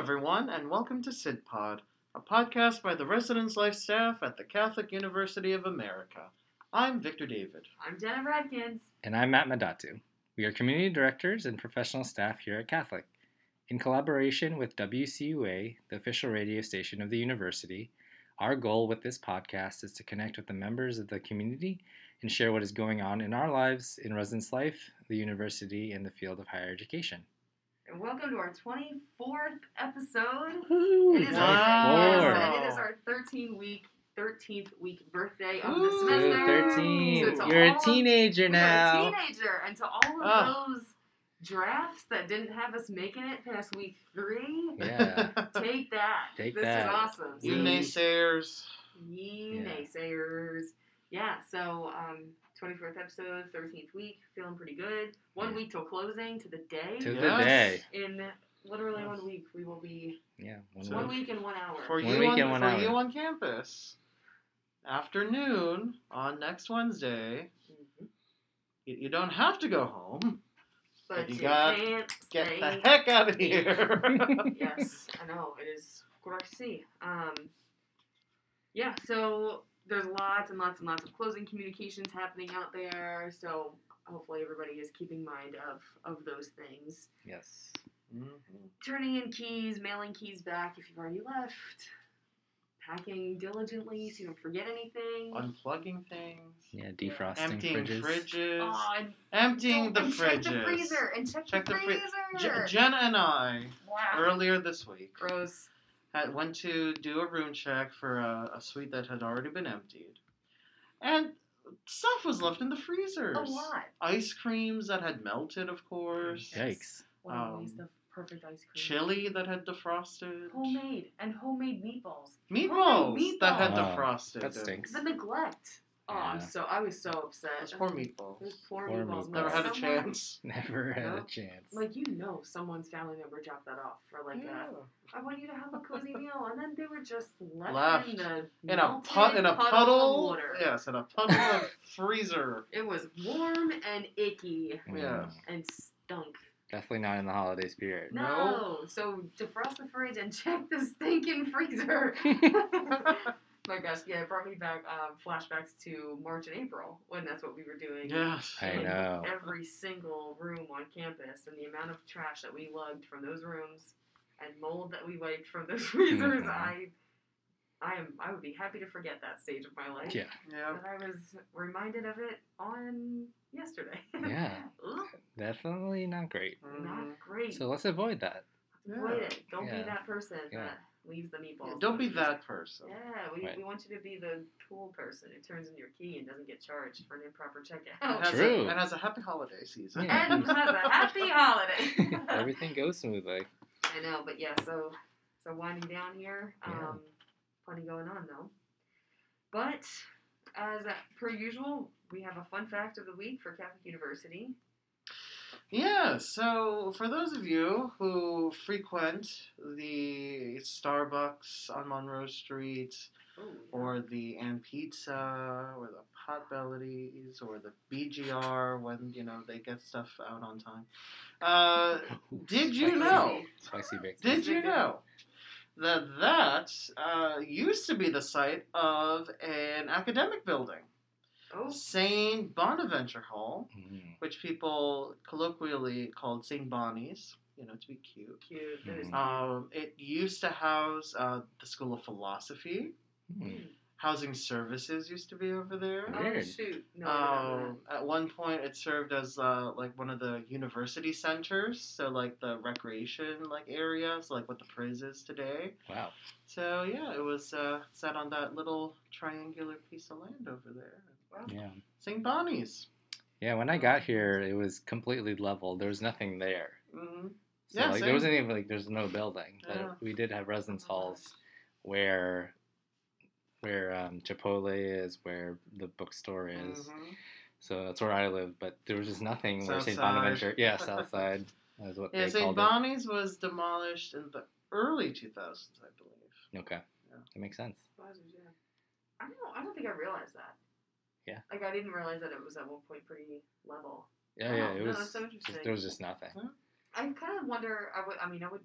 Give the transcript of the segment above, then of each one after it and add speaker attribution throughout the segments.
Speaker 1: everyone, and welcome to SidPod, a podcast by the Residence Life staff at the Catholic University of America. I'm Victor David.
Speaker 2: I'm Jenna Radkins.
Speaker 3: And I'm Matt Madatu. We are community directors and professional staff here at Catholic. In collaboration with WCUA, the official radio station of the university, our goal with this podcast is to connect with the members of the community and share what is going on in our lives, in residence life, the university, and the field of higher education.
Speaker 2: And welcome to our 24th episode.
Speaker 3: Woo!
Speaker 2: It is,
Speaker 1: Wow.
Speaker 2: our,
Speaker 3: Four.
Speaker 2: yes, it is our 13 week, 13th week birthday of the
Speaker 1: Ooh,
Speaker 3: Ooh,
Speaker 2: semester. So
Speaker 3: 13.
Speaker 2: to
Speaker 3: You're
Speaker 2: all
Speaker 3: a
Speaker 2: of-
Speaker 3: teenager
Speaker 2: we are a
Speaker 3: now.
Speaker 2: teenager. And to all of
Speaker 1: Ah.
Speaker 2: those drafts that didn't have us making it past week three,
Speaker 3: Yeah.
Speaker 2: take that.
Speaker 3: Take
Speaker 2: this is
Speaker 3: that.
Speaker 2: awesome.
Speaker 1: you
Speaker 3: Ye-
Speaker 1: naysayers.
Speaker 2: Ye
Speaker 3: Yeah.
Speaker 2: naysayers. Yeah, so um, 24th episode, 13th week, feeling pretty good. One
Speaker 3: Yeah.
Speaker 2: week till closing, to the day.
Speaker 3: To the
Speaker 1: Yes.
Speaker 3: day.
Speaker 2: In literally
Speaker 1: Yes.
Speaker 2: one week, we will be
Speaker 3: Yeah.
Speaker 1: So-
Speaker 2: one
Speaker 3: month.
Speaker 2: week and one hour.
Speaker 1: For,
Speaker 3: One
Speaker 1: you
Speaker 3: week
Speaker 1: on,
Speaker 3: and one
Speaker 1: for
Speaker 3: hour.
Speaker 1: you on campus, afternoon on next Wednesday,
Speaker 2: Mhm.
Speaker 1: you, you don't have to go home.
Speaker 2: But
Speaker 1: you
Speaker 2: you
Speaker 1: gotta
Speaker 2: can't
Speaker 1: Get
Speaker 2: stay.
Speaker 1: the heck out of here. Mm-hmm.
Speaker 2: yes, I know it is correct. to See, um, yeah. So there's lots and lots and lots of closing communications happening out there. So hopefully everybody is keeping mind of of those things.
Speaker 3: Yes.
Speaker 1: Mhm.
Speaker 2: Turning in keys, mailing keys back if you've already left. Packing diligently so you don't forget anything.
Speaker 1: Unplugging things.
Speaker 3: Yeah, defrosting
Speaker 1: Emptying
Speaker 3: fridges.
Speaker 1: fridges.
Speaker 2: Aw, and
Speaker 1: emptying
Speaker 2: don't-
Speaker 1: the
Speaker 2: and
Speaker 1: fridges.
Speaker 2: Check the freezer and check,
Speaker 1: Check
Speaker 2: the
Speaker 1: the fri-
Speaker 2: freezer.
Speaker 1: J- Jenna and I
Speaker 2: wow.
Speaker 1: earlier this week
Speaker 2: Gross.
Speaker 1: had went to do a room check for a, a suite that had already been emptied, and stuff was left in the freezers.
Speaker 2: A lot.
Speaker 1: Ice creams that had melted, of course.
Speaker 3: Yikes.
Speaker 2: One always
Speaker 1: Um,
Speaker 2: the perfect ice cream.
Speaker 1: Chili that had defrosted.
Speaker 2: Homemade and homemade meatballs.
Speaker 1: Meatballs, that had
Speaker 3: meatballs. Wow,
Speaker 1: defrosted.
Speaker 3: that stinks.
Speaker 2: The neglect. Oh, I'm
Speaker 3: Yeah.
Speaker 2: so I was so upset.
Speaker 1: Those poor
Speaker 2: Those
Speaker 1: meatballs.
Speaker 2: poor
Speaker 3: Poor
Speaker 2: meatballs.
Speaker 3: meatballs.
Speaker 1: Never had a
Speaker 2: Someone-
Speaker 1: chance.
Speaker 3: Never had a
Speaker 2: No.
Speaker 3: chance.
Speaker 2: Like you know, someone's family member dropped that off for like
Speaker 1: Yeah.
Speaker 2: a. I want you to have a cozy meal, and then they were just left,
Speaker 1: Left.
Speaker 2: in the
Speaker 1: In a,
Speaker 2: melted
Speaker 1: pu- in a
Speaker 2: puddle of
Speaker 1: puddle,
Speaker 2: water.
Speaker 1: yes, in a puddle of freezer.
Speaker 2: It was warm and icky
Speaker 1: yeah.
Speaker 2: and stunk.
Speaker 3: Mm. Definitely not in the holiday spirit.
Speaker 2: No.
Speaker 1: No.
Speaker 2: So defrost the fridge and check the stinking freezer. My gosh, yeah, it brought me back um, flashbacks to March and April when that's what we were doing.
Speaker 1: Yes.
Speaker 3: I
Speaker 2: in
Speaker 3: know.
Speaker 2: Every single room on campus and the amount of trash that we lugged from those rooms and mold that we wiped from those freezers.
Speaker 3: Mhm.
Speaker 2: I, I am. I would be happy to forget that stage of my life.
Speaker 3: Yeah.
Speaker 1: Yeah.
Speaker 2: But I was reminded of it on yesterday.
Speaker 3: Yeah.
Speaker 2: Ugh,
Speaker 3: Definitely not great.
Speaker 1: Mhm.
Speaker 2: Not great.
Speaker 3: So let's avoid that.
Speaker 2: Avoid it. Don't
Speaker 3: Yeah.
Speaker 2: be that person
Speaker 3: Yeah.
Speaker 2: that leaves the meatballs.
Speaker 1: Mm-hmm. Yeah,
Speaker 2: in
Speaker 1: don't be
Speaker 2: the freezer.
Speaker 1: that person.
Speaker 2: Yeah, we,
Speaker 3: Right.
Speaker 2: we want you to be the cool person who turns in your key and doesn't get charged for an improper
Speaker 1: It has
Speaker 2: checkout.
Speaker 1: a-
Speaker 3: True.
Speaker 1: it has a happy holiday season.
Speaker 3: Yeah.
Speaker 2: Oh. and has a happy holiday.
Speaker 3: Everything goes smoothly.
Speaker 2: I know, but yeah, so so winding down here. Um,
Speaker 3: Yeah.
Speaker 2: Plenty going on though. But as per usual, we have a fun fact of the week for Catholic University.
Speaker 1: Yeah, so for those of you who frequent the Starbucks on Monroe Street, Oh,
Speaker 2: Ooh.
Speaker 1: or the Ann Pizza, or the Potbellies, or the BGR when, you know, they get stuff out on time, uh, did you
Speaker 3: Spicy.
Speaker 1: know?
Speaker 3: Spicy baked.
Speaker 1: Did you know that that uh, used to be the site of an academic building,
Speaker 2: Oh,
Speaker 1: St. Bonaventure Hall?
Speaker 3: Mm.
Speaker 1: which people colloquially called St. Bonnie's, you know, to be cute.
Speaker 2: cute. That is-
Speaker 3: Mhm.
Speaker 1: Um, it used to house uh, the School of Philosophy.
Speaker 3: Mm.
Speaker 1: Housing Services used to be over there.
Speaker 2: Oh
Speaker 3: Hmm. Weird.
Speaker 2: shoot! No, I don't know
Speaker 1: Um, at one point, it served as uh, like one of the university centers, so like the recreation like areas, like what the Priz is today.
Speaker 3: Wow.
Speaker 1: So yeah, it was uh, set on that little triangular piece of land over there.
Speaker 2: that. Well,
Speaker 3: Yeah.
Speaker 1: St. Bonnie's.
Speaker 3: Yeah. When I got here, it was completely level. There was nothing there.
Speaker 1: hmm
Speaker 3: So
Speaker 1: Yeah,
Speaker 3: like
Speaker 1: same.
Speaker 3: there wasn't even like there's no building, but
Speaker 1: Yeah.
Speaker 3: we did have residence halls where where um, Chipotle is, where the bookstore is.
Speaker 1: Mm-hmm.
Speaker 3: So that's where I live, but there was just nothing where St.
Speaker 1: Southside.
Speaker 3: Bonaventure. Yeah, Southside is what
Speaker 1: Yeah,
Speaker 3: they
Speaker 1: St.
Speaker 3: called
Speaker 1: Bonnie's was demolished in the early 2000s, I believe.
Speaker 3: it. Okay,
Speaker 1: Yeah.
Speaker 3: that makes sense.
Speaker 2: Wowzers, yeah. I don't. I don't think I realized that.
Speaker 3: Yeah.
Speaker 2: Like I didn't realize that it was at one point pretty level.
Speaker 3: Yeah,
Speaker 2: Wow,
Speaker 3: yeah, it
Speaker 2: no,
Speaker 3: was.
Speaker 2: that's so
Speaker 3: just,
Speaker 2: interesting.
Speaker 3: there was just nothing.
Speaker 2: I kind of wonder. I would. I mean, I would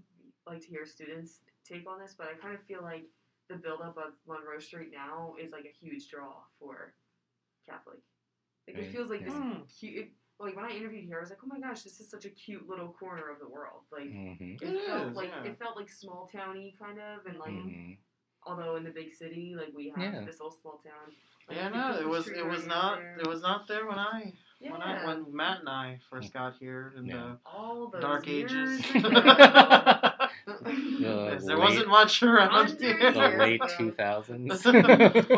Speaker 2: like to hear students take on this, but I kind of feel like the buildup of Monroe Street now is like a huge draw for Catholic. Like
Speaker 3: Right,
Speaker 2: it feels like this
Speaker 1: Mm.
Speaker 2: cute. It, like when I interviewed here, I was like, oh my gosh, this is such a cute little corner of the world. Like
Speaker 3: hmm
Speaker 2: it,
Speaker 1: It
Speaker 2: felt
Speaker 1: is,
Speaker 2: like
Speaker 1: yeah.
Speaker 2: it felt like small towny kind of, and like
Speaker 3: hmm
Speaker 2: although in the big city, like we have
Speaker 3: Yeah.
Speaker 2: this little small town. Like,
Speaker 1: Yeah,
Speaker 2: the
Speaker 1: no, it
Speaker 2: Christmas
Speaker 1: was
Speaker 2: tree
Speaker 1: it was
Speaker 2: going
Speaker 1: not
Speaker 2: there.
Speaker 1: it was not there when I
Speaker 2: yeah.
Speaker 1: when I when Matt and I first got here in
Speaker 3: Hmm. Yeah.
Speaker 2: all
Speaker 1: the
Speaker 2: those
Speaker 1: dark ages.
Speaker 2: years ago.
Speaker 1: there
Speaker 3: The
Speaker 1: wasn't
Speaker 3: late-
Speaker 1: much around
Speaker 2: Hundred
Speaker 1: here.
Speaker 2: years
Speaker 3: The late
Speaker 2: ago.
Speaker 3: 2000s.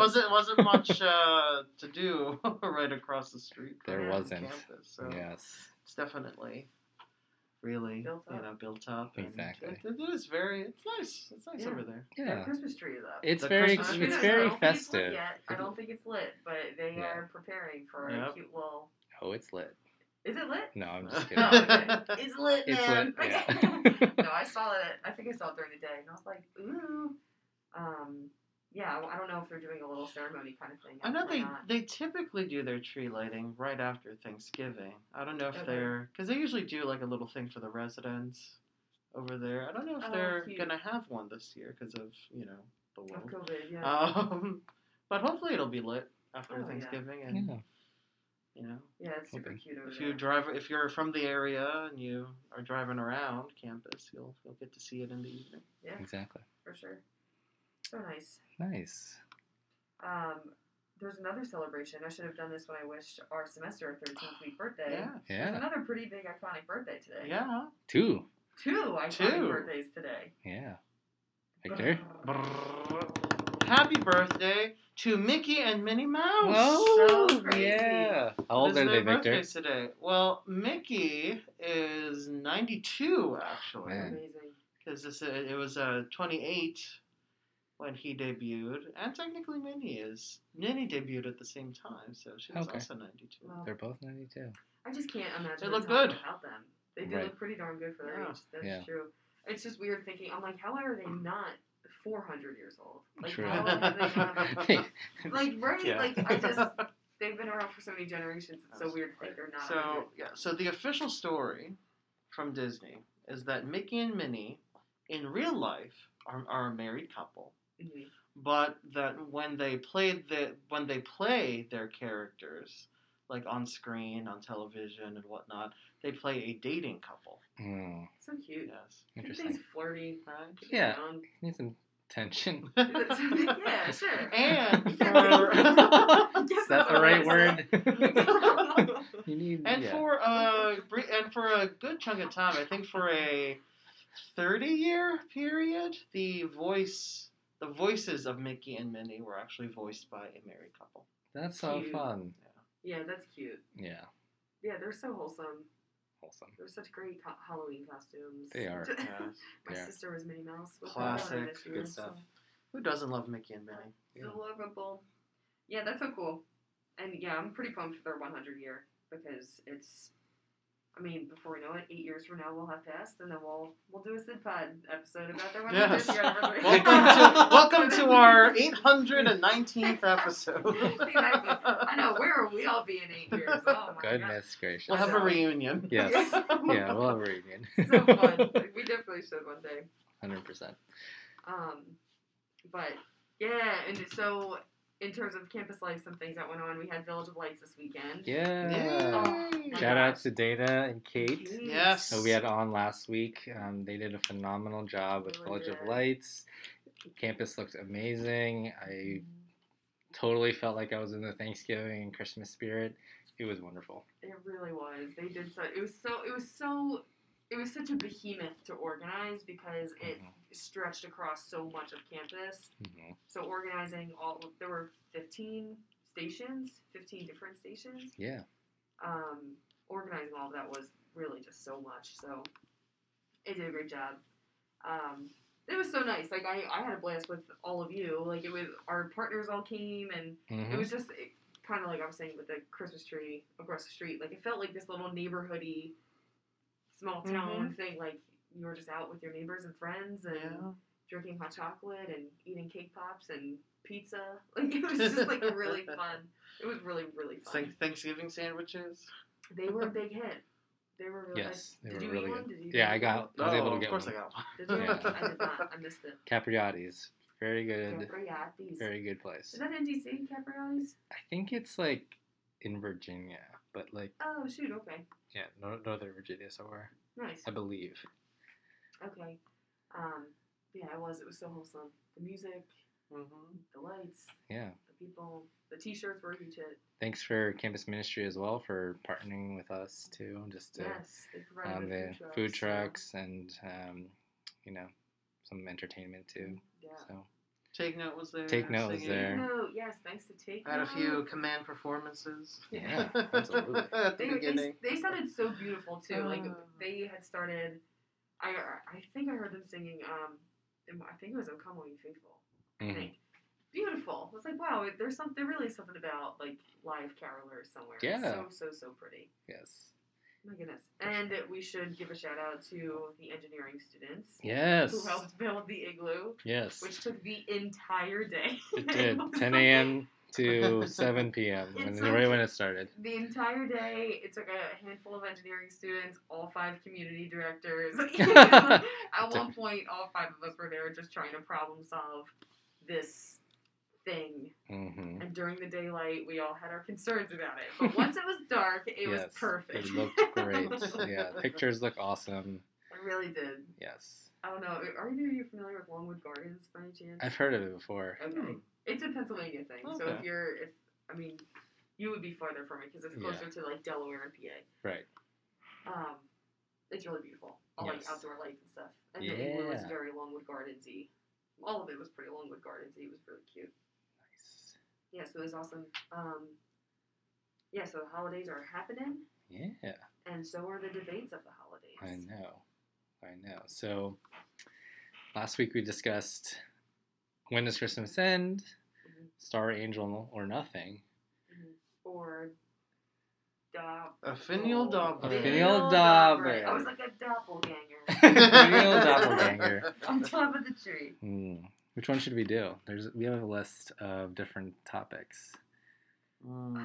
Speaker 1: wasn't wasn't much uh, to do right across the street. from
Speaker 3: There
Speaker 1: the
Speaker 3: wasn't.
Speaker 1: Campus, so
Speaker 3: yes.
Speaker 1: it's definitely really
Speaker 2: Built
Speaker 1: you
Speaker 2: up.
Speaker 1: know built up. and
Speaker 3: Exactly.
Speaker 1: It, it is very. It's nice. It's nice
Speaker 2: Yeah.
Speaker 1: over there.
Speaker 2: Their
Speaker 3: Yeah.
Speaker 2: Christmas tree is up.
Speaker 3: It's
Speaker 1: The
Speaker 3: very
Speaker 1: Christmas
Speaker 3: it's
Speaker 1: tree.
Speaker 2: I
Speaker 3: very
Speaker 2: don't think it's lit
Speaker 3: festive.
Speaker 2: yet. I don't think it's lit, but they
Speaker 3: Yeah.
Speaker 2: are preparing for a
Speaker 1: Yep.
Speaker 2: cute little.
Speaker 3: Oh, it's lit.
Speaker 2: Is it lit?
Speaker 3: No, I'm just
Speaker 2: No,
Speaker 3: kidding.
Speaker 2: okay. it's lit,
Speaker 3: It's
Speaker 2: man.
Speaker 3: lit,
Speaker 2: Okay.
Speaker 3: yeah.
Speaker 2: no, I saw it. I think I saw it during the day, and I was like, ooh. Um, yeah, I- I don't know if they're doing a little ceremony kind of thing.
Speaker 1: I know
Speaker 2: or
Speaker 1: they
Speaker 2: not.
Speaker 1: they typically do their tree lighting right after Thanksgiving. I don't know if
Speaker 2: Okay.
Speaker 1: they're because they usually do like a little thing for the residents over there. I don't know if
Speaker 2: Oh,
Speaker 1: they're
Speaker 2: cute.
Speaker 1: gonna have one this year because of you know the
Speaker 2: Of
Speaker 1: world.
Speaker 2: COVID, yeah.
Speaker 1: Um, but hopefully it'll be lit after
Speaker 2: Oh, yeah.
Speaker 1: Thanksgiving,
Speaker 3: Yeah.
Speaker 1: and you know
Speaker 2: yeah, it's super
Speaker 3: okay.
Speaker 2: cute over
Speaker 1: if
Speaker 2: there.
Speaker 1: you drive if you're from the area and you are driving around campus, you'll you'll get to see it in the evening.
Speaker 2: yeah,
Speaker 3: Exactly.
Speaker 2: for sure. So nice.
Speaker 3: Nice.
Speaker 2: Um, there's another celebration. I should have done this when I wished our semester a 13th week birthday.
Speaker 1: Yeah,
Speaker 2: There's
Speaker 3: Yeah.
Speaker 2: another pretty big iconic birthday today.
Speaker 1: yeah.
Speaker 3: Two.
Speaker 2: Two iconic
Speaker 1: Two.
Speaker 2: birthdays today.
Speaker 3: Yeah. Victor.
Speaker 1: Brrrr. Happy birthday to Mickey and Minnie Mouse.
Speaker 3: Oh,
Speaker 2: So crazy.
Speaker 3: yeah. How old
Speaker 1: It
Speaker 3: are
Speaker 1: is
Speaker 3: they,
Speaker 1: their
Speaker 3: Victor?
Speaker 1: birthdays today. Well, Mickey is 92 actually,
Speaker 3: Man.
Speaker 2: Amazing.
Speaker 1: because this it was uh, 28 when he debuted, and technically Minnie is Minnie debuted at the same time, so she was
Speaker 3: Okay.
Speaker 1: also 92.
Speaker 2: Wow.
Speaker 3: They're both 92.
Speaker 2: I just can't imagine.
Speaker 1: They
Speaker 2: a
Speaker 1: look
Speaker 2: time
Speaker 1: good.
Speaker 2: without them. They do
Speaker 3: Right.
Speaker 2: look pretty darn good for their
Speaker 1: Yeah.
Speaker 2: age. That's
Speaker 3: Yeah.
Speaker 2: true. It's just weird thinking. I'm like, how are they not 400 years old? Like,
Speaker 3: True.
Speaker 2: how have they not? Like, right?
Speaker 3: Yeah.
Speaker 2: Like, I just they've been around for so many generations. It's so
Speaker 1: That's
Speaker 2: weird to
Speaker 1: right.
Speaker 2: think they're not.
Speaker 1: So yeah, so the official story from Disney is that Mickey and Minnie, in real life, are, are a married couple,
Speaker 2: Mhm.
Speaker 1: but that when they played the when they play their characters, like on screen, on television, and whatnot, they play a dating couple.
Speaker 3: Hmm,
Speaker 2: so cute.
Speaker 1: Yes,
Speaker 3: interesting.
Speaker 2: Everything's flirty.
Speaker 1: right.
Speaker 3: Yeah.
Speaker 2: young.
Speaker 3: Need some tension.
Speaker 2: yeah, sure.
Speaker 1: And for
Speaker 2: Yes,
Speaker 3: Is that the right word?
Speaker 2: word?
Speaker 3: you need.
Speaker 1: and
Speaker 3: yeah.
Speaker 1: for uh bre- and for a good chunk of time, I think for a thirty year period, the voice the voices of Mickey and Minnie were actually voiced by a married couple.
Speaker 3: That's so
Speaker 2: Cute.
Speaker 3: fun.
Speaker 2: yeah, that's cute.
Speaker 3: Yeah.
Speaker 2: Yeah, they're so wholesome.
Speaker 3: Wholesome.
Speaker 2: They're such great co- Halloween costumes.
Speaker 3: They are.
Speaker 2: My
Speaker 3: Yeah.
Speaker 2: sister was Minnie Mouse. With
Speaker 1: Classic,
Speaker 2: her this year,
Speaker 1: good stuff. Who doesn't love Mickey and Minnie?
Speaker 3: Yeah.
Speaker 2: So adorable. Yeah, that's so cool. And yeah, I'm pretty pumped for their 100 year because it's. I mean, before we know it, eight years from now we'll have passed, and then we'll we'll do a Sid Pod episode about their 100
Speaker 1: Yes.
Speaker 2: year anniversary.
Speaker 1: Welcome to welcome to our eight hundred and nineteenth episode.
Speaker 2: Exactly. I know where will we all be in eight years. Oh my God.
Speaker 3: Goodness gracious.
Speaker 1: We'll have a reunion.
Speaker 3: Yes. yeah, we'll have a reunion.
Speaker 2: so fun. Like, we definitely should one day.
Speaker 3: 100%.
Speaker 2: Um, but yeah, and so in terms of campus life, some things that went on. We had Village of Lights this weekend.
Speaker 3: Yeah.
Speaker 1: Yay.
Speaker 3: Shout out to Data and Kate.
Speaker 1: Yes.
Speaker 3: So Oh, we had on last week. Um, they did a phenomenal job with
Speaker 2: Really
Speaker 3: Village of
Speaker 2: did.
Speaker 3: Lights. Campus looked amazing. I totally felt like I was in the Thanksgiving and Christmas spirit. It was wonderful.
Speaker 2: It really was. They did so. It was so. It was so. It was such a behemoth to organize because it
Speaker 3: Mhm.
Speaker 2: stretched across so much of campus.
Speaker 3: Mhm.
Speaker 2: So organizing all there were fifteen stations, fifteen different stations.
Speaker 3: Yeah.
Speaker 2: Um, organizing all of that was really just so much. So they did a great job. Um, it was so nice. Like I, I had a blast with all of you. Like it was our partners all came and
Speaker 3: Mhm.
Speaker 2: it was just kind of like I was saying with the Christmas tree across the street. Like it felt like this little neighborhoody, small town thing. Like you were just out with your neighbors and friends and
Speaker 1: Yeah.
Speaker 2: drinking hot chocolate and eating cake pops and pizza. Like it was just like really fun. It was really really fun.
Speaker 1: Thank- Thanksgiving sandwiches.
Speaker 2: They were a big hit. They were really
Speaker 3: Yes,
Speaker 2: good.
Speaker 3: they
Speaker 2: Did
Speaker 3: were
Speaker 2: you
Speaker 3: really
Speaker 2: eat one?
Speaker 3: good.
Speaker 2: Did you
Speaker 3: Yeah,
Speaker 2: eat
Speaker 3: I got. I was
Speaker 1: Oh,
Speaker 3: able to
Speaker 1: of
Speaker 3: get
Speaker 1: course
Speaker 3: one.
Speaker 1: I got one.
Speaker 2: Did you?
Speaker 3: Yeah.
Speaker 2: I did not. I missed it. oh,
Speaker 3: Capriati's, very good,
Speaker 2: Capriati's.
Speaker 3: very good place.
Speaker 2: Is that NDC Capriati's?
Speaker 3: I think it's like in Virginia, but like
Speaker 2: Oh shoot. Okay.
Speaker 3: yeah, nor- Northern Virginia somewhere,
Speaker 2: Nice.
Speaker 3: I believe.
Speaker 2: Okay. Um. Yeah, it was. It was so wholesome. The music,
Speaker 1: Mhm.
Speaker 2: the lights,
Speaker 3: Yeah.
Speaker 2: the people, the T-shirts were huge. hit.
Speaker 3: Thanks for Campus Ministry as well for partnering with us too, just to
Speaker 2: Yes, they provided
Speaker 3: um, the
Speaker 2: the food,
Speaker 3: food
Speaker 2: trucks.
Speaker 3: trucks and um, you know some entertainment too.
Speaker 2: Mm, Yeah.
Speaker 3: So
Speaker 1: Take note was there.
Speaker 3: Take Note was
Speaker 1: singing.
Speaker 3: there.
Speaker 2: No, yes, thanks to take.
Speaker 1: I had a
Speaker 2: Note.
Speaker 1: few command performances.
Speaker 3: yeah, absolutely.
Speaker 1: At the
Speaker 2: They,
Speaker 1: beginning.
Speaker 2: they, they sounded so beautiful too. like
Speaker 1: Oh.
Speaker 2: they had started. I I think I heard them singing. Um, in- I think it was "Uncommonly Faithful." I
Speaker 3: Mhm.
Speaker 2: think. Beautiful. It's like wow. There's something. There really is something about like live carolers somewhere. It's
Speaker 3: Yeah.
Speaker 2: So so so pretty. Oh
Speaker 3: Yes.
Speaker 2: My goodness. And we should give a shout out to the engineering students
Speaker 3: Yes.
Speaker 2: who helped build the igloo,
Speaker 3: Yes.
Speaker 2: which took the entire day.
Speaker 3: It did.
Speaker 2: was
Speaker 3: 10 a.m. to 7 p.m. When,
Speaker 2: It's
Speaker 3: right
Speaker 2: like-
Speaker 3: when it started.
Speaker 2: The entire day, it took a handful of engineering students, all five community directors. At one point, all five of us were there just trying to problem solve this thing.
Speaker 3: hmm
Speaker 2: And during the daylight, we all had our concerns about it. But once it was dark, it was perfect.
Speaker 3: It looked great. yeah, pictures look awesome.
Speaker 2: It really did.
Speaker 3: Yes,
Speaker 2: I don't know. Are either of you familiar with Longwood Gardens by any chance?
Speaker 3: I've heard of it before.
Speaker 2: Okay.
Speaker 1: Hmm.
Speaker 2: It's a Pennsylvania thing. So if
Speaker 1: Okay.
Speaker 2: you're, if I mean, you would be farther from it because it's closer to like Delaware and PA.
Speaker 3: Right.
Speaker 2: Um, it's really beautiful. All
Speaker 3: Yes.
Speaker 2: like outdoor lights and stuff. And the igloo was
Speaker 3: Yeah.
Speaker 2: very Longwood Gardensy. All of it was pretty Longwood Gardensy. It was really cute.
Speaker 3: Nice.
Speaker 2: Yeah, so it was awesome. Um, yeah, so the holidays are happening,
Speaker 3: Yeah,
Speaker 2: and so are the debates of the holidays.
Speaker 3: I know. I know. So last week we discussed when does Christmas end,
Speaker 2: Mhm.
Speaker 3: Star Angel or Nothing,
Speaker 2: Mhm. Or da-
Speaker 1: A finial
Speaker 3: A
Speaker 1: doppler.
Speaker 3: finial-
Speaker 2: doppler. I was like a doppelganger
Speaker 3: real doppelganger.
Speaker 2: on top of the tree.
Speaker 3: Hmm. Which one should we do? There's we have a list of different topics.
Speaker 1: Mm.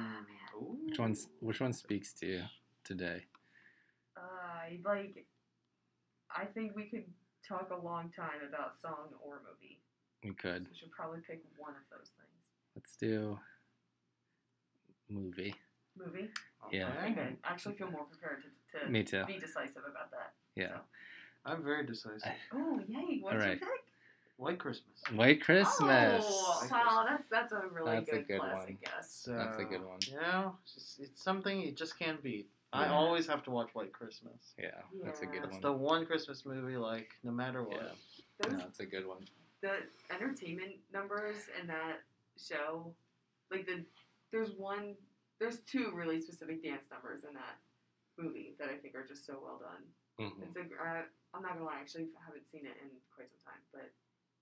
Speaker 3: Which one's which one speaks to you today?
Speaker 2: Uh, like, I think we could talk a long time about song or movie.
Speaker 3: We could.
Speaker 2: So we should probably pick one of those things.
Speaker 3: Let's do movie.
Speaker 2: Movie.
Speaker 3: Yeah.
Speaker 2: I think I actually feel more prepared to, to
Speaker 3: Me too.
Speaker 2: be decisive about that.
Speaker 3: Yeah.
Speaker 1: I'm very decisive.
Speaker 2: Oh yay! What'd
Speaker 3: All
Speaker 2: you
Speaker 3: right.
Speaker 2: pick?
Speaker 1: White Christmas.
Speaker 3: White Christmas.
Speaker 2: Oh wow, that's that's a really
Speaker 3: That's a
Speaker 2: good,
Speaker 3: good
Speaker 2: classic
Speaker 3: one.
Speaker 2: guess.
Speaker 1: So,
Speaker 3: That's a good one.
Speaker 1: You know, it's, just- it's something you just can't beat. I
Speaker 3: Yeah.
Speaker 1: always have to watch White Christmas.
Speaker 3: Yeah, that's a good
Speaker 2: Yeah.
Speaker 1: That's
Speaker 3: one.
Speaker 1: the one Christmas movie, like, no matter what.
Speaker 3: Yeah.
Speaker 2: Those
Speaker 3: No, that's a good one.
Speaker 2: the entertainment numbers in that show, like the there's one there's two really specific dance numbers in that movie that I think are just so well done.
Speaker 3: hmm
Speaker 1: Mm.
Speaker 2: It's a, uh, I'm not gonna lie, I actually haven't seen it in quite some time, but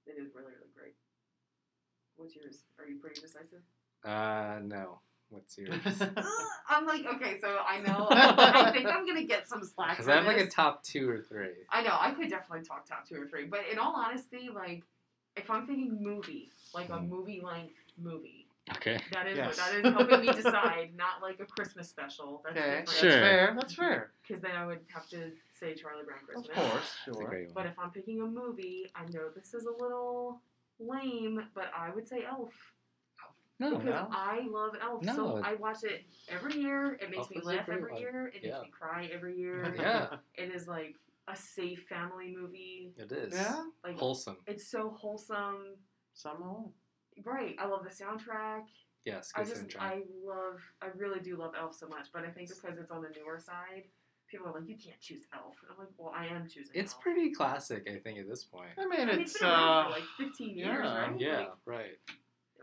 Speaker 2: it is really, really great. What's yours? Are you pretty decisive? Uh,
Speaker 3: Uh, no. What's yours?
Speaker 2: I'm like, okay, so I know. I think I'm gonna get some slack.
Speaker 3: Because
Speaker 2: for
Speaker 3: I have like a
Speaker 2: this.
Speaker 3: top two or three.
Speaker 2: I know I could definitely talk top two or three, but in all honesty, like if I'm thinking movie, like a
Speaker 3: Hmm.
Speaker 2: movie length movie,
Speaker 3: Okay.
Speaker 2: that is
Speaker 1: Mm. Yes.
Speaker 2: that is helping me decide, not like a Christmas special. That's
Speaker 1: okay, that's
Speaker 3: Sure.
Speaker 1: fair. That's fair.
Speaker 2: Because then I would have to say Charlie Brown
Speaker 1: Of
Speaker 2: Christmas.
Speaker 1: course,
Speaker 3: That's a
Speaker 1: sure.
Speaker 3: great
Speaker 2: But
Speaker 3: one.
Speaker 2: if I'm picking a movie, I know this is a little lame, but I would say Elf
Speaker 3: No,
Speaker 2: because
Speaker 1: no.
Speaker 2: I love Elf.
Speaker 3: No.
Speaker 2: So I watch it every year. It makes
Speaker 3: Elf
Speaker 2: me
Speaker 3: is a
Speaker 2: laugh
Speaker 3: great
Speaker 2: every
Speaker 3: one.
Speaker 2: year. It
Speaker 3: Yeah.
Speaker 2: makes me cry every year.
Speaker 3: Yeah.
Speaker 2: It is like a safe family movie.
Speaker 3: it is.
Speaker 1: Yeah?
Speaker 2: Like
Speaker 3: Wholesome.
Speaker 2: it's so wholesome.
Speaker 1: Somehow.
Speaker 2: Right. I love the soundtrack.
Speaker 3: Yes,
Speaker 2: I
Speaker 3: good
Speaker 2: just
Speaker 3: soundtrack.
Speaker 2: I love I really do love Elf so much, but I think because it's on the newer side, people are like, You can't choose Elf. And I'm like, Well, I am choosing
Speaker 3: It's
Speaker 2: Elf.
Speaker 3: pretty classic, I think, at this point.
Speaker 1: I mean,
Speaker 2: I mean,
Speaker 1: it's,
Speaker 2: been around
Speaker 1: uh,
Speaker 2: for like fifteen years,
Speaker 1: yeah,
Speaker 2: right?
Speaker 3: Yeah,
Speaker 2: Like,
Speaker 3: right.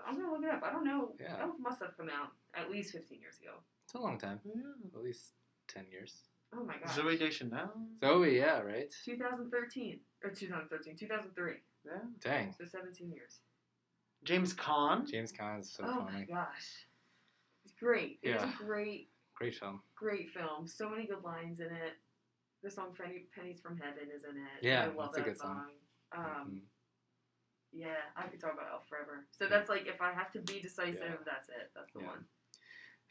Speaker 2: I'm gonna look it up. I don't know.
Speaker 3: Yeah.
Speaker 2: Elf must have come out at least fifteen years ago.
Speaker 3: It's a long time.
Speaker 1: yeah.
Speaker 3: At least 10 years.
Speaker 2: Oh my god.
Speaker 1: Zoe Deschanel.
Speaker 3: Zoe, yeah, right?
Speaker 2: 2013 or 2013, 2003.
Speaker 1: Yeah.
Speaker 3: Dang.
Speaker 2: So 17 years.
Speaker 1: James Caan.
Speaker 3: James Caan is so
Speaker 2: oh my
Speaker 3: funny.
Speaker 2: gosh, it's great. It was
Speaker 3: Yeah.
Speaker 2: a great,
Speaker 3: Great film.
Speaker 2: great film. So many good lines in it. The song "Penny Pennies from Heaven" is in it.
Speaker 3: Yeah,
Speaker 2: I love
Speaker 3: that's a
Speaker 2: that
Speaker 3: good song.
Speaker 2: Um,
Speaker 3: Mhm.
Speaker 2: Yeah, I could talk about Elf forever. So
Speaker 3: Yeah.
Speaker 2: that's like if I have to be decisive,
Speaker 3: Yeah.
Speaker 2: that's it. That's the
Speaker 3: Yeah.
Speaker 2: one.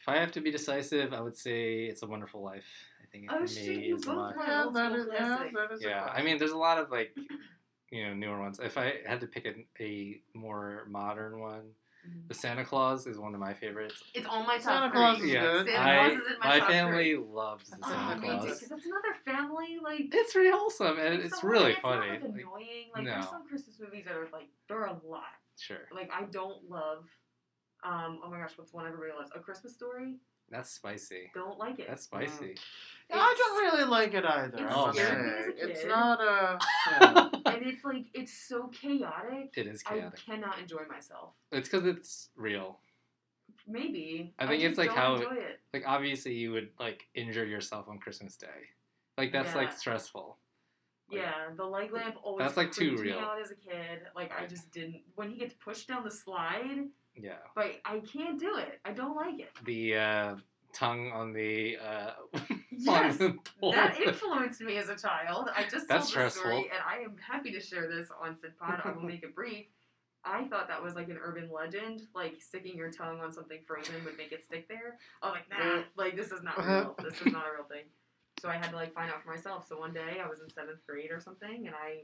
Speaker 3: If I have to be decisive, I would say It's a Wonderful Life. I think
Speaker 2: Oh,
Speaker 3: for
Speaker 2: shoot,
Speaker 3: me
Speaker 2: you
Speaker 3: is
Speaker 2: both
Speaker 3: Lock.
Speaker 2: went old
Speaker 1: that
Speaker 2: school
Speaker 1: is,
Speaker 2: classic.
Speaker 1: that is a
Speaker 3: Yeah, I
Speaker 1: classic.
Speaker 3: mean, there's a lot of like, you know, newer ones. If I had to pick a, a more modern one,
Speaker 2: Mhm.
Speaker 3: the Santa Claus is one of my favorites.
Speaker 2: It's on my top
Speaker 1: Santa
Speaker 2: three.
Speaker 1: Claus is
Speaker 3: Yeah,
Speaker 1: good.
Speaker 2: Santa
Speaker 3: I,
Speaker 2: Claus is in my
Speaker 3: my
Speaker 2: top
Speaker 3: family loves the
Speaker 2: Oh,
Speaker 3: Santa
Speaker 2: me too,
Speaker 3: Claus.
Speaker 2: because that's another family like.
Speaker 3: It's really wholesome and it's,
Speaker 2: so-
Speaker 3: really
Speaker 2: it's not,
Speaker 3: funny.
Speaker 2: like,
Speaker 3: Like,
Speaker 2: annoying. Like there's
Speaker 3: no.
Speaker 2: some Christmas movies that are like there are a lot.
Speaker 3: sure,
Speaker 2: Like I don't love. Um. Oh my gosh, what's one everybody loves? A Christmas Story.
Speaker 3: that's spicy.
Speaker 2: Don't like it.
Speaker 3: That's spicy.
Speaker 1: Yeah, I don't really like it either.
Speaker 2: It's
Speaker 1: I'll
Speaker 3: scary
Speaker 1: say.
Speaker 2: as a
Speaker 1: It's
Speaker 2: kid.
Speaker 1: not a. yeah.
Speaker 2: and it's like it's so chaotic.
Speaker 3: It is
Speaker 2: I
Speaker 3: chaotic.
Speaker 2: cannot enjoy myself.
Speaker 3: It's because it's real.
Speaker 2: Maybe.
Speaker 3: I think
Speaker 2: just
Speaker 3: it's, like,
Speaker 2: don't
Speaker 3: how-
Speaker 2: Enjoy it.
Speaker 3: Like obviously, you would like injure yourself on Christmas Day. Like that's
Speaker 2: Yeah.
Speaker 3: like stressful. Like,
Speaker 2: Yeah, the leg lamp always
Speaker 3: That's, like, too
Speaker 2: freaked
Speaker 3: real.
Speaker 2: me out as a kid. Like I
Speaker 3: Right.
Speaker 2: just didn't. When he gets pushed down the slide,
Speaker 3: Yeah.
Speaker 2: but I can't do it. I don't like it.
Speaker 3: The uh, tongue on the uh,
Speaker 2: Yes,
Speaker 3: on the pole.
Speaker 2: that influenced me as a child. I just told
Speaker 3: That's
Speaker 2: the
Speaker 3: stressful.
Speaker 2: story, and I am happy to share this on Sid Pod. I will make it brief. I thought that was like an urban legend, like sticking your tongue on something frozen would make it stick there. I was like,
Speaker 3: Uh-huh.
Speaker 2: nah, like this is not real. This is not a real thing. So I had to like find out for myself. So one day I was in seventh grade or something, and I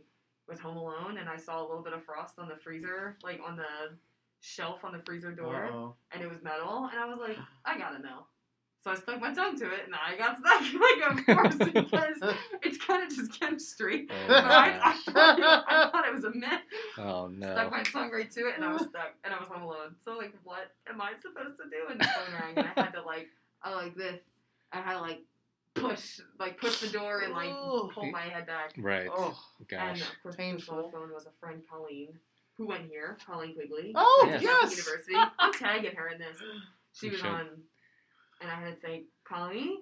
Speaker 2: was home alone, and I saw a little bit of frost on the freezer, like on the shelf on the freezer door
Speaker 1: Uh-oh.
Speaker 2: and it was metal, and I was like, I gotta know. So I stuck my tongue to it, and I got stuck. like, of course, because it's kind of just chemistry.
Speaker 3: Oh,
Speaker 2: But I,
Speaker 3: gosh.
Speaker 2: I, thought it, I thought it was a myth.
Speaker 3: Oh no.
Speaker 2: Stuck my tongue right to it, and I was stuck, and I was home alone. So like, what am I supposed to do? And the phone rang, and I had to like, oh, like this. I had to like push, like push the door, and like
Speaker 1: Ooh.
Speaker 2: pull my head back.
Speaker 3: Right.
Speaker 1: Oh.
Speaker 2: And
Speaker 3: Gosh.
Speaker 2: of course,
Speaker 1: Painful.
Speaker 2: the phone was a friend, Colleen, who went here, Colleen Quigley.
Speaker 1: Oh,
Speaker 3: Yes.
Speaker 2: Catholic
Speaker 1: yes.
Speaker 2: University. I'm tagging her in this. She
Speaker 3: You
Speaker 2: was
Speaker 3: should.
Speaker 2: on, and I had to say, Colleen,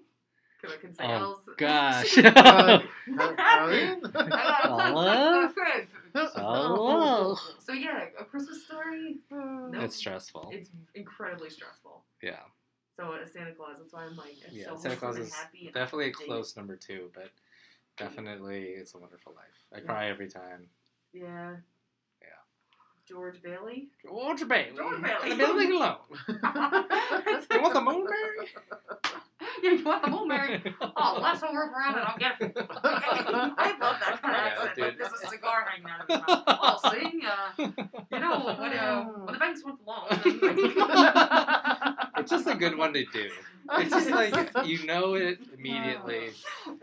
Speaker 2: because I can say
Speaker 3: Oh,
Speaker 2: else.
Speaker 3: Gosh.
Speaker 1: Uh,
Speaker 2: I got a plan, I got a plan.
Speaker 3: Hello.
Speaker 2: So yeah, a Christmas story. Oh, No.
Speaker 3: it's stressful.
Speaker 2: It's incredibly stressful.
Speaker 3: Yeah.
Speaker 2: So uh, Santa Claus. That's why I'm like, it's
Speaker 3: Yeah,
Speaker 2: so
Speaker 3: Santa Claus
Speaker 2: wholesome and
Speaker 3: is
Speaker 2: happy. and
Speaker 3: Definitely a
Speaker 2: uplifting.
Speaker 3: close number two, but definitely it's a wonderful life. I cry every time.
Speaker 2: Yeah.
Speaker 3: Yeah.
Speaker 2: George Bailey.
Speaker 3: George Bailey.
Speaker 2: George Bailey.
Speaker 3: The building alone. You want the moon,
Speaker 2: yeah, you want the whole Mary?
Speaker 3: Mary?
Speaker 2: Oh, let's all work around and I'll get I love that kind of
Speaker 3: Yeah,
Speaker 2: accent.
Speaker 3: dude.
Speaker 2: Like, there's a cigar hanging out of his mouth. Well, see, uh, you know, when, uh, when the banks went long.
Speaker 3: It's just a good one to do. It's just like you know it immediately.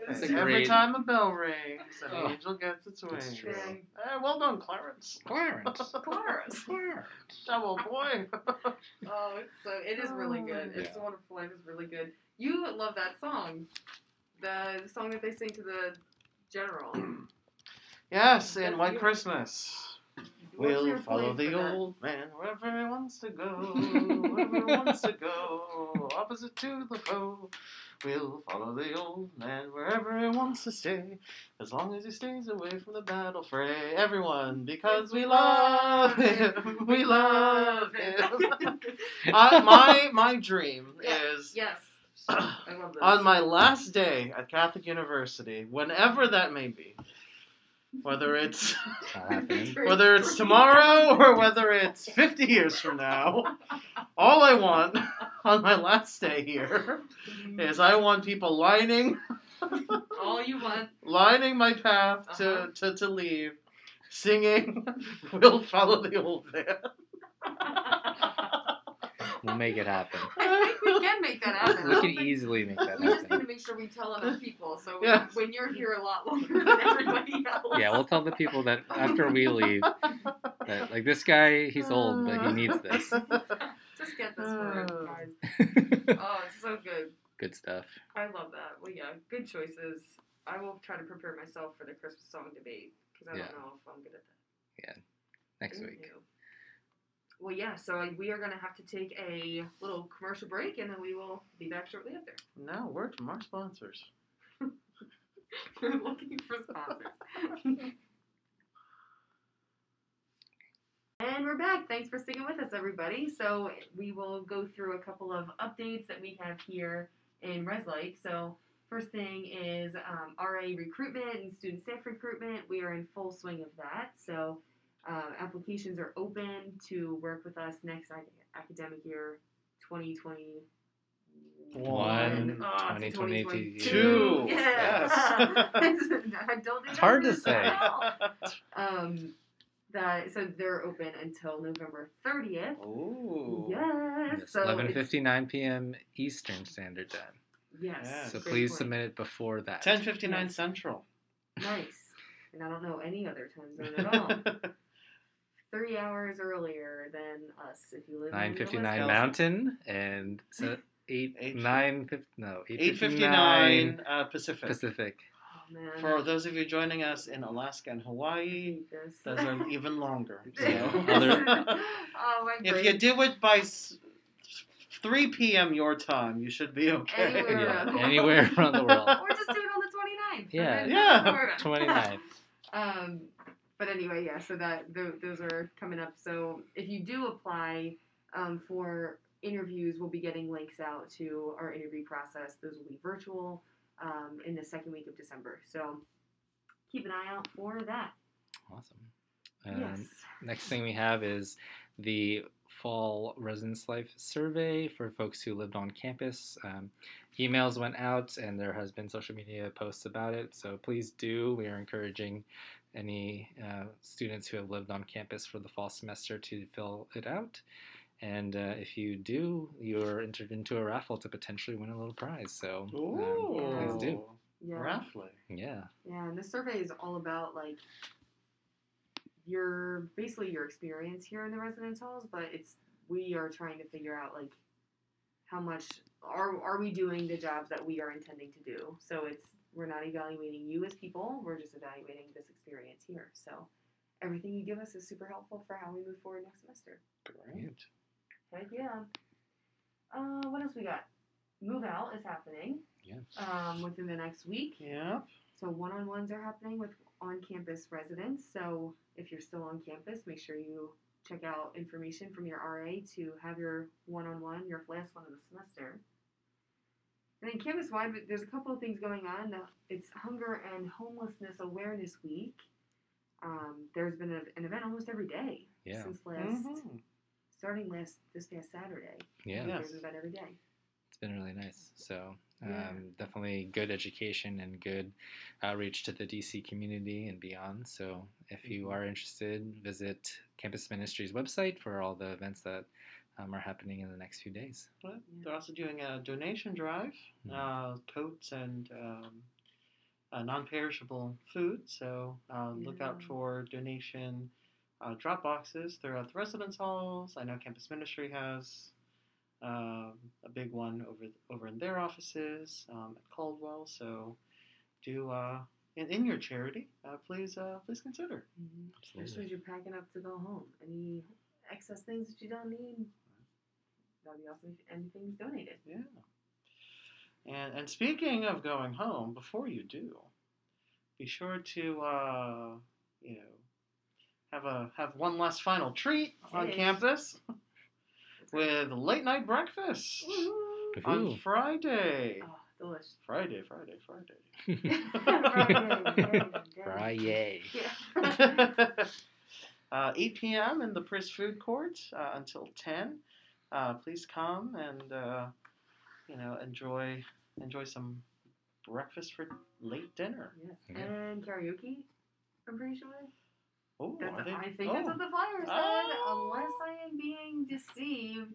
Speaker 3: It's a
Speaker 1: Every
Speaker 3: great-
Speaker 1: time a bell rings, an
Speaker 3: Oh.
Speaker 1: angel gets its wings.
Speaker 3: true.
Speaker 1: Eh, well done, Clarence.
Speaker 3: Clarence.
Speaker 2: Clarence.
Speaker 3: Clarence.
Speaker 1: Double boy.
Speaker 2: Oh, it's so it is really good. It's
Speaker 3: Yeah.
Speaker 2: a Wonderful Life is really good. You love that song, the song that they sing to the general.
Speaker 1: Yes, and White
Speaker 2: you.
Speaker 1: Christmas.
Speaker 2: What's
Speaker 1: We'll
Speaker 2: your
Speaker 1: follow
Speaker 2: plan
Speaker 1: the
Speaker 2: for that?
Speaker 1: old man wherever he wants to go, wherever he wants to go, opposite to the foe. We'll follow the old man wherever he wants to stay, as long as he stays away from the battle fray. Everyone, because we love him, we love him. uh, my my dream
Speaker 2: Yeah.
Speaker 1: is
Speaker 2: yes, I love this.
Speaker 1: on my last day at Catholic University, whenever that may be, whether it's
Speaker 3: It's not happening.
Speaker 1: whether it's tomorrow or whether it's 50 years from now, all I want on my last day here is I want people lining
Speaker 2: all you want.
Speaker 1: lining my path to
Speaker 2: Uh-huh.
Speaker 1: to, to leave, singing, "We'll follow the old man."
Speaker 3: We'll make it happen.
Speaker 2: I think we can make that happen. I
Speaker 3: We
Speaker 2: don't
Speaker 3: can
Speaker 2: think-
Speaker 3: easily make that
Speaker 2: We just need to
Speaker 3: happen.
Speaker 2: make sure we tell other people. So when-
Speaker 1: Yeah.
Speaker 2: when you're here a lot longer than everybody else.
Speaker 3: Yeah, we'll tell the people that after we leave, that like this guy, he's old, but he needs this.
Speaker 2: Just get this for it, guys. Oh, it's so good.
Speaker 3: Good stuff.
Speaker 2: I love that. Well, yeah, good choices. I will try to prepare myself for the Christmas song debate because I
Speaker 3: Yeah.
Speaker 2: don't know if I'm good at that.
Speaker 3: Next
Speaker 2: Thank
Speaker 3: week.
Speaker 2: you. Well, yeah, so I- we are going to have to take a little commercial break and then we will be back shortly after.
Speaker 1: Now word from our sponsors.
Speaker 2: We're looking for sponsors. and we're back. Thanks for sticking with us, everybody. So we will go through a couple of updates that we have here in Res Life. So first thing is um, RA recruitment and student staff recruitment. We are in full swing of that. So uh, applications are open to work with us next ac- academic year, 2020.
Speaker 1: One,
Speaker 2: Oh, it's 2022.
Speaker 3: 2022.
Speaker 1: Two.
Speaker 2: Yeah.
Speaker 1: Yes.
Speaker 2: Don't do
Speaker 3: It's
Speaker 2: that
Speaker 3: hard to
Speaker 2: to
Speaker 3: say.
Speaker 2: yourself. Um, that so they're open until November thirtieth.
Speaker 1: Ooh.
Speaker 2: Yes.
Speaker 3: Yes,
Speaker 2: So it's-
Speaker 3: 11:59 p.m. Eastern Standard Time.
Speaker 2: Yes.
Speaker 1: Yes.
Speaker 3: So
Speaker 2: great
Speaker 3: please
Speaker 2: point.
Speaker 3: submit it before that.
Speaker 1: Ten fifty nine
Speaker 2: Yes.
Speaker 1: Central.
Speaker 2: Nice. And I don't know any other time zone at all. Three hours earlier than us if you live in the
Speaker 3: 9:59
Speaker 1: Yes.
Speaker 2: West
Speaker 3: Mountain and so eight,
Speaker 1: Eight-
Speaker 3: nine fif- no
Speaker 1: Eight fifty nine uh, Pacific.
Speaker 3: Pacific.
Speaker 2: Coast. Oh man.
Speaker 1: For those of you joining us in Alaska and Hawaii,
Speaker 2: Yes.
Speaker 1: those are even longer. So.
Speaker 2: oh
Speaker 3: Other-
Speaker 2: my
Speaker 1: if you
Speaker 2: great-
Speaker 1: do it by s- three p.m. your time, you should be okay.
Speaker 2: Anywhere
Speaker 3: Yeah,
Speaker 2: around the
Speaker 3: anywhere around the world.
Speaker 2: Or just do it on the 29th.
Speaker 3: Yeah.
Speaker 2: Okay,
Speaker 1: Yeah.
Speaker 2: don't worry about it.
Speaker 3: 29th.
Speaker 2: Um, but anyway, yeah. So that th- those are coming up. So if you do apply um, for interviews, we'll be getting links out to our interview process. Those will be virtual um, in the second week of December. So keep an eye out for that.
Speaker 3: Awesome. Um,
Speaker 2: yes.
Speaker 3: Next thing we have is the fall residence life survey for folks who lived on campus. Um, emails went out and there has been social media posts about it. So please do. We are encouraging any uh, students who have lived on campus for the fall semester to fill it out. And uh, if you do, you're entered into a raffle to potentially win a little prize. So um,
Speaker 1: Ooh.
Speaker 3: please do.
Speaker 2: Yeah.
Speaker 1: Roughly.
Speaker 3: Yeah.
Speaker 2: Yeah, and this survey is all about like your basically your experience here in the residence halls, but it's we are trying to figure out like how much are are we doing the jobs that we are intending to do. So it's we're not evaluating you as people, we're just evaluating this experience here. So everything you give us is super helpful for how we move forward next semester.
Speaker 1: Great.
Speaker 2: Heck yeah. Uh, what else we got? Move out is happening.
Speaker 3: Yeah.
Speaker 2: Um, within the next week.
Speaker 1: Yeah.
Speaker 2: So one-on-ones are happening with on-campus residents. So if you're still on campus, make sure you check out information from your RA to have your one-on-one, your last one of the semester. And then campus-wide, but there's a couple of things going on. The- It's Hunger and Homelessness Awareness Week. Um, there's been a- an event almost every day
Speaker 3: Yeah.
Speaker 2: since last,
Speaker 1: Mhm.
Speaker 2: starting last this past Saturday.
Speaker 3: Yeah.
Speaker 1: Yeah.
Speaker 2: There's an event every day.
Speaker 3: it's been really nice. So um,
Speaker 2: Yeah.
Speaker 3: definitely good education and good outreach to the DC community and beyond. So if you
Speaker 1: Mhm.
Speaker 3: are interested, visit Campus Ministries website for all the events that um, are happening in the next few days.
Speaker 1: Well, They're also doing a donation drive, uh, coats and um, uh, non-perishable food. So uh, look out
Speaker 2: Yeah.
Speaker 1: for donation uh, drop boxes throughout the residence halls. I know Campus Ministry has um, a big one over over in their offices um, at Caldwell. So do uh, in, in your charity, uh, please uh, please consider.
Speaker 2: Especially as
Speaker 3: Absolutely.
Speaker 2: you're packing up to go home. Any excess things that you don't need, that'd be awesome. if Anything's donated.
Speaker 1: Yeah. And and speaking of going home, before you do, be sure to uh, you know have a have one last final treat on
Speaker 2: Yes.
Speaker 1: campus with late night breakfast
Speaker 2: Woo!
Speaker 1: on
Speaker 3: Ooh.
Speaker 1: Friday.
Speaker 2: Oh, delish.
Speaker 1: Friday, Friday, Friday.
Speaker 3: Friday.
Speaker 2: Yeah.
Speaker 1: uh, 8 p.m. in the Priss Food Court uh, until 10. Uh, please come and uh, you know enjoy enjoy some breakfast for late dinner.
Speaker 2: Yes.
Speaker 3: Yeah.
Speaker 2: And karaoke, I'm pretty sure.
Speaker 1: Oh,
Speaker 2: That's,
Speaker 1: are they?
Speaker 2: I think
Speaker 1: oh.
Speaker 2: that's what the flyer said.
Speaker 1: Oh.
Speaker 2: Unless I am being deceived,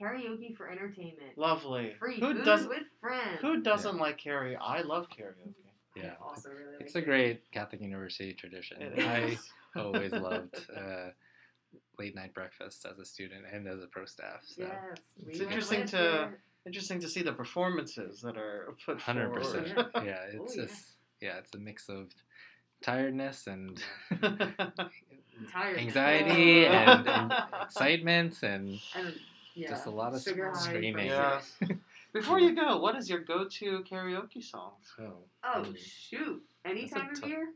Speaker 2: karaoke for entertainment.
Speaker 1: lovely.
Speaker 2: Free
Speaker 1: who
Speaker 2: food
Speaker 1: doesn't
Speaker 2: with friends.
Speaker 1: Who doesn't like karaoke? I love karaoke.
Speaker 2: I
Speaker 3: Yeah.
Speaker 2: also really
Speaker 3: It's a
Speaker 2: like
Speaker 3: great Catholic University tradition.
Speaker 1: It
Speaker 3: I
Speaker 1: is.
Speaker 3: always loved uh, late night breakfast as a student and as a pro staff.
Speaker 2: it.
Speaker 3: So.
Speaker 2: Yes. we
Speaker 1: It's
Speaker 2: went
Speaker 1: interesting
Speaker 2: last
Speaker 1: to-
Speaker 2: year.
Speaker 1: Interesting to see the performances that are put
Speaker 3: Hundred
Speaker 1: forward.
Speaker 3: percent.
Speaker 2: Oh,
Speaker 3: Yeah, it's
Speaker 2: yeah.
Speaker 3: just yeah, it's a mix of tiredness and
Speaker 2: Tired.
Speaker 3: anxiety
Speaker 2: Oh.
Speaker 3: and, um, and excitement and
Speaker 2: And, yeah.
Speaker 3: just a lot of
Speaker 2: Sugar high
Speaker 3: screaming.
Speaker 1: Yeah.
Speaker 2: Yes.
Speaker 1: Before you go, what is your go-to karaoke song?
Speaker 3: Oh,
Speaker 2: Oh
Speaker 3: Mm.
Speaker 2: shoot! Any
Speaker 3: That's a
Speaker 2: time of
Speaker 3: tough-
Speaker 2: year?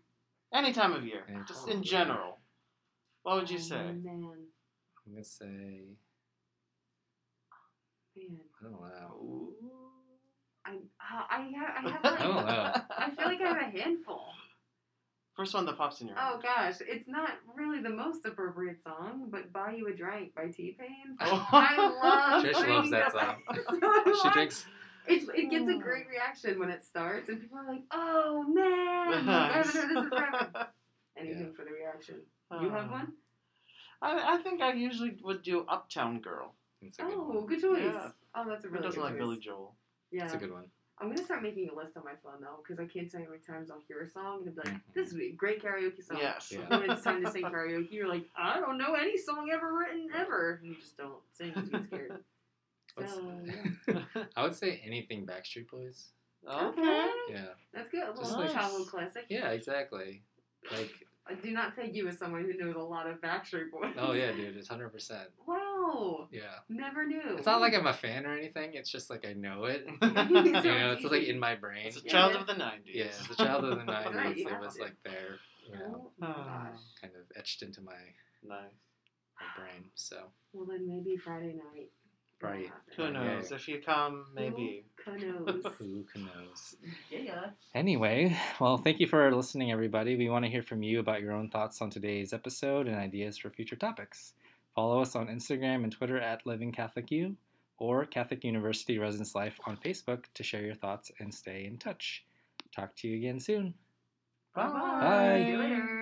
Speaker 1: Any time of year,
Speaker 3: Any
Speaker 1: just
Speaker 3: time
Speaker 1: in
Speaker 3: of year.
Speaker 1: general. What would you
Speaker 2: Oh,
Speaker 1: say?
Speaker 2: Man,
Speaker 3: I'm gonna say I
Speaker 2: man,
Speaker 3: don't know.
Speaker 1: Ooh.
Speaker 2: I uh, I have I have
Speaker 3: I don't
Speaker 2: like
Speaker 3: know.
Speaker 2: I feel like I have a handful.
Speaker 1: First one that pops in your head.
Speaker 2: Oh gosh, it's not really the most appropriate song, but "Buy You a Drink" by T Pain.
Speaker 1: Oh.
Speaker 2: I love.
Speaker 3: Trish
Speaker 2: singing
Speaker 3: loves that song.
Speaker 2: song.
Speaker 3: She drinks. Oh.
Speaker 2: It's, it gets a great reaction when it starts, and people are like, "Oh man, I haven't heard this in forever." Anything for the reaction. You have
Speaker 1: Uh,
Speaker 2: one?
Speaker 1: I, I think I usually would do Uptown Girl.
Speaker 3: It's a good one.
Speaker 2: Oh, good choice.
Speaker 1: Yeah.
Speaker 2: Oh, that's a
Speaker 1: Who
Speaker 2: really good
Speaker 1: doesn't like
Speaker 2: choice.
Speaker 1: Billy Joel?
Speaker 2: Yeah,
Speaker 3: It's a good one.
Speaker 2: I'm gonna start making a list on my phone though, because I can't tell you how many times I'll hear a song and I'll be like,
Speaker 3: Mhm.
Speaker 2: "This would be a great karaoke song."
Speaker 1: Yes.
Speaker 3: Yeah.
Speaker 2: And when it's time to sing karaoke, you're like, I don't know any song ever written ever. And you just don't sing 'cause you get scared.
Speaker 3: What's-
Speaker 2: So,
Speaker 3: I would say anything Backstreet Boys.
Speaker 1: okay.
Speaker 3: Yeah.
Speaker 2: that's good. A
Speaker 3: Just
Speaker 2: little
Speaker 1: like-
Speaker 2: childhood classic.
Speaker 3: Yeah, exactly. Like,
Speaker 2: I do not take you as someone who knows a lot of Backstreet Boys.
Speaker 3: oh yeah, dude, it's hundred percent.
Speaker 2: Wow.
Speaker 3: Yeah.
Speaker 2: Never knew. Oh.
Speaker 3: It's not like I'm a fan or anything. It's just like I know it.
Speaker 2: You
Speaker 3: You know, it's just, like in my brain.
Speaker 1: It's a
Speaker 2: Yeah.
Speaker 1: child of the 90s.
Speaker 3: Yeah, as a child of the
Speaker 2: Right,
Speaker 3: nineties,
Speaker 2: you
Speaker 3: it
Speaker 2: have
Speaker 3: was
Speaker 2: to.
Speaker 3: like there, you know,
Speaker 2: Oh my gosh.
Speaker 3: kind of etched into my,
Speaker 1: Nice.
Speaker 3: my brain. So
Speaker 2: Well, then maybe Friday night.
Speaker 3: Right.
Speaker 1: Who
Speaker 3: Yeah.
Speaker 1: knows? If you come, maybe.
Speaker 2: Canoes.
Speaker 3: who can knows?
Speaker 2: yeah.
Speaker 3: Anyway, well, thank you for listening, everybody. We want to hear from you about your own thoughts on today's episode and ideas for future topics. Follow us on Instagram and Twitter at Living Catholic U or Catholic University Residence Life on Facebook to share your thoughts and stay in touch. Talk to you again soon.
Speaker 2: Bye-bye.
Speaker 3: Bye.
Speaker 2: See you later.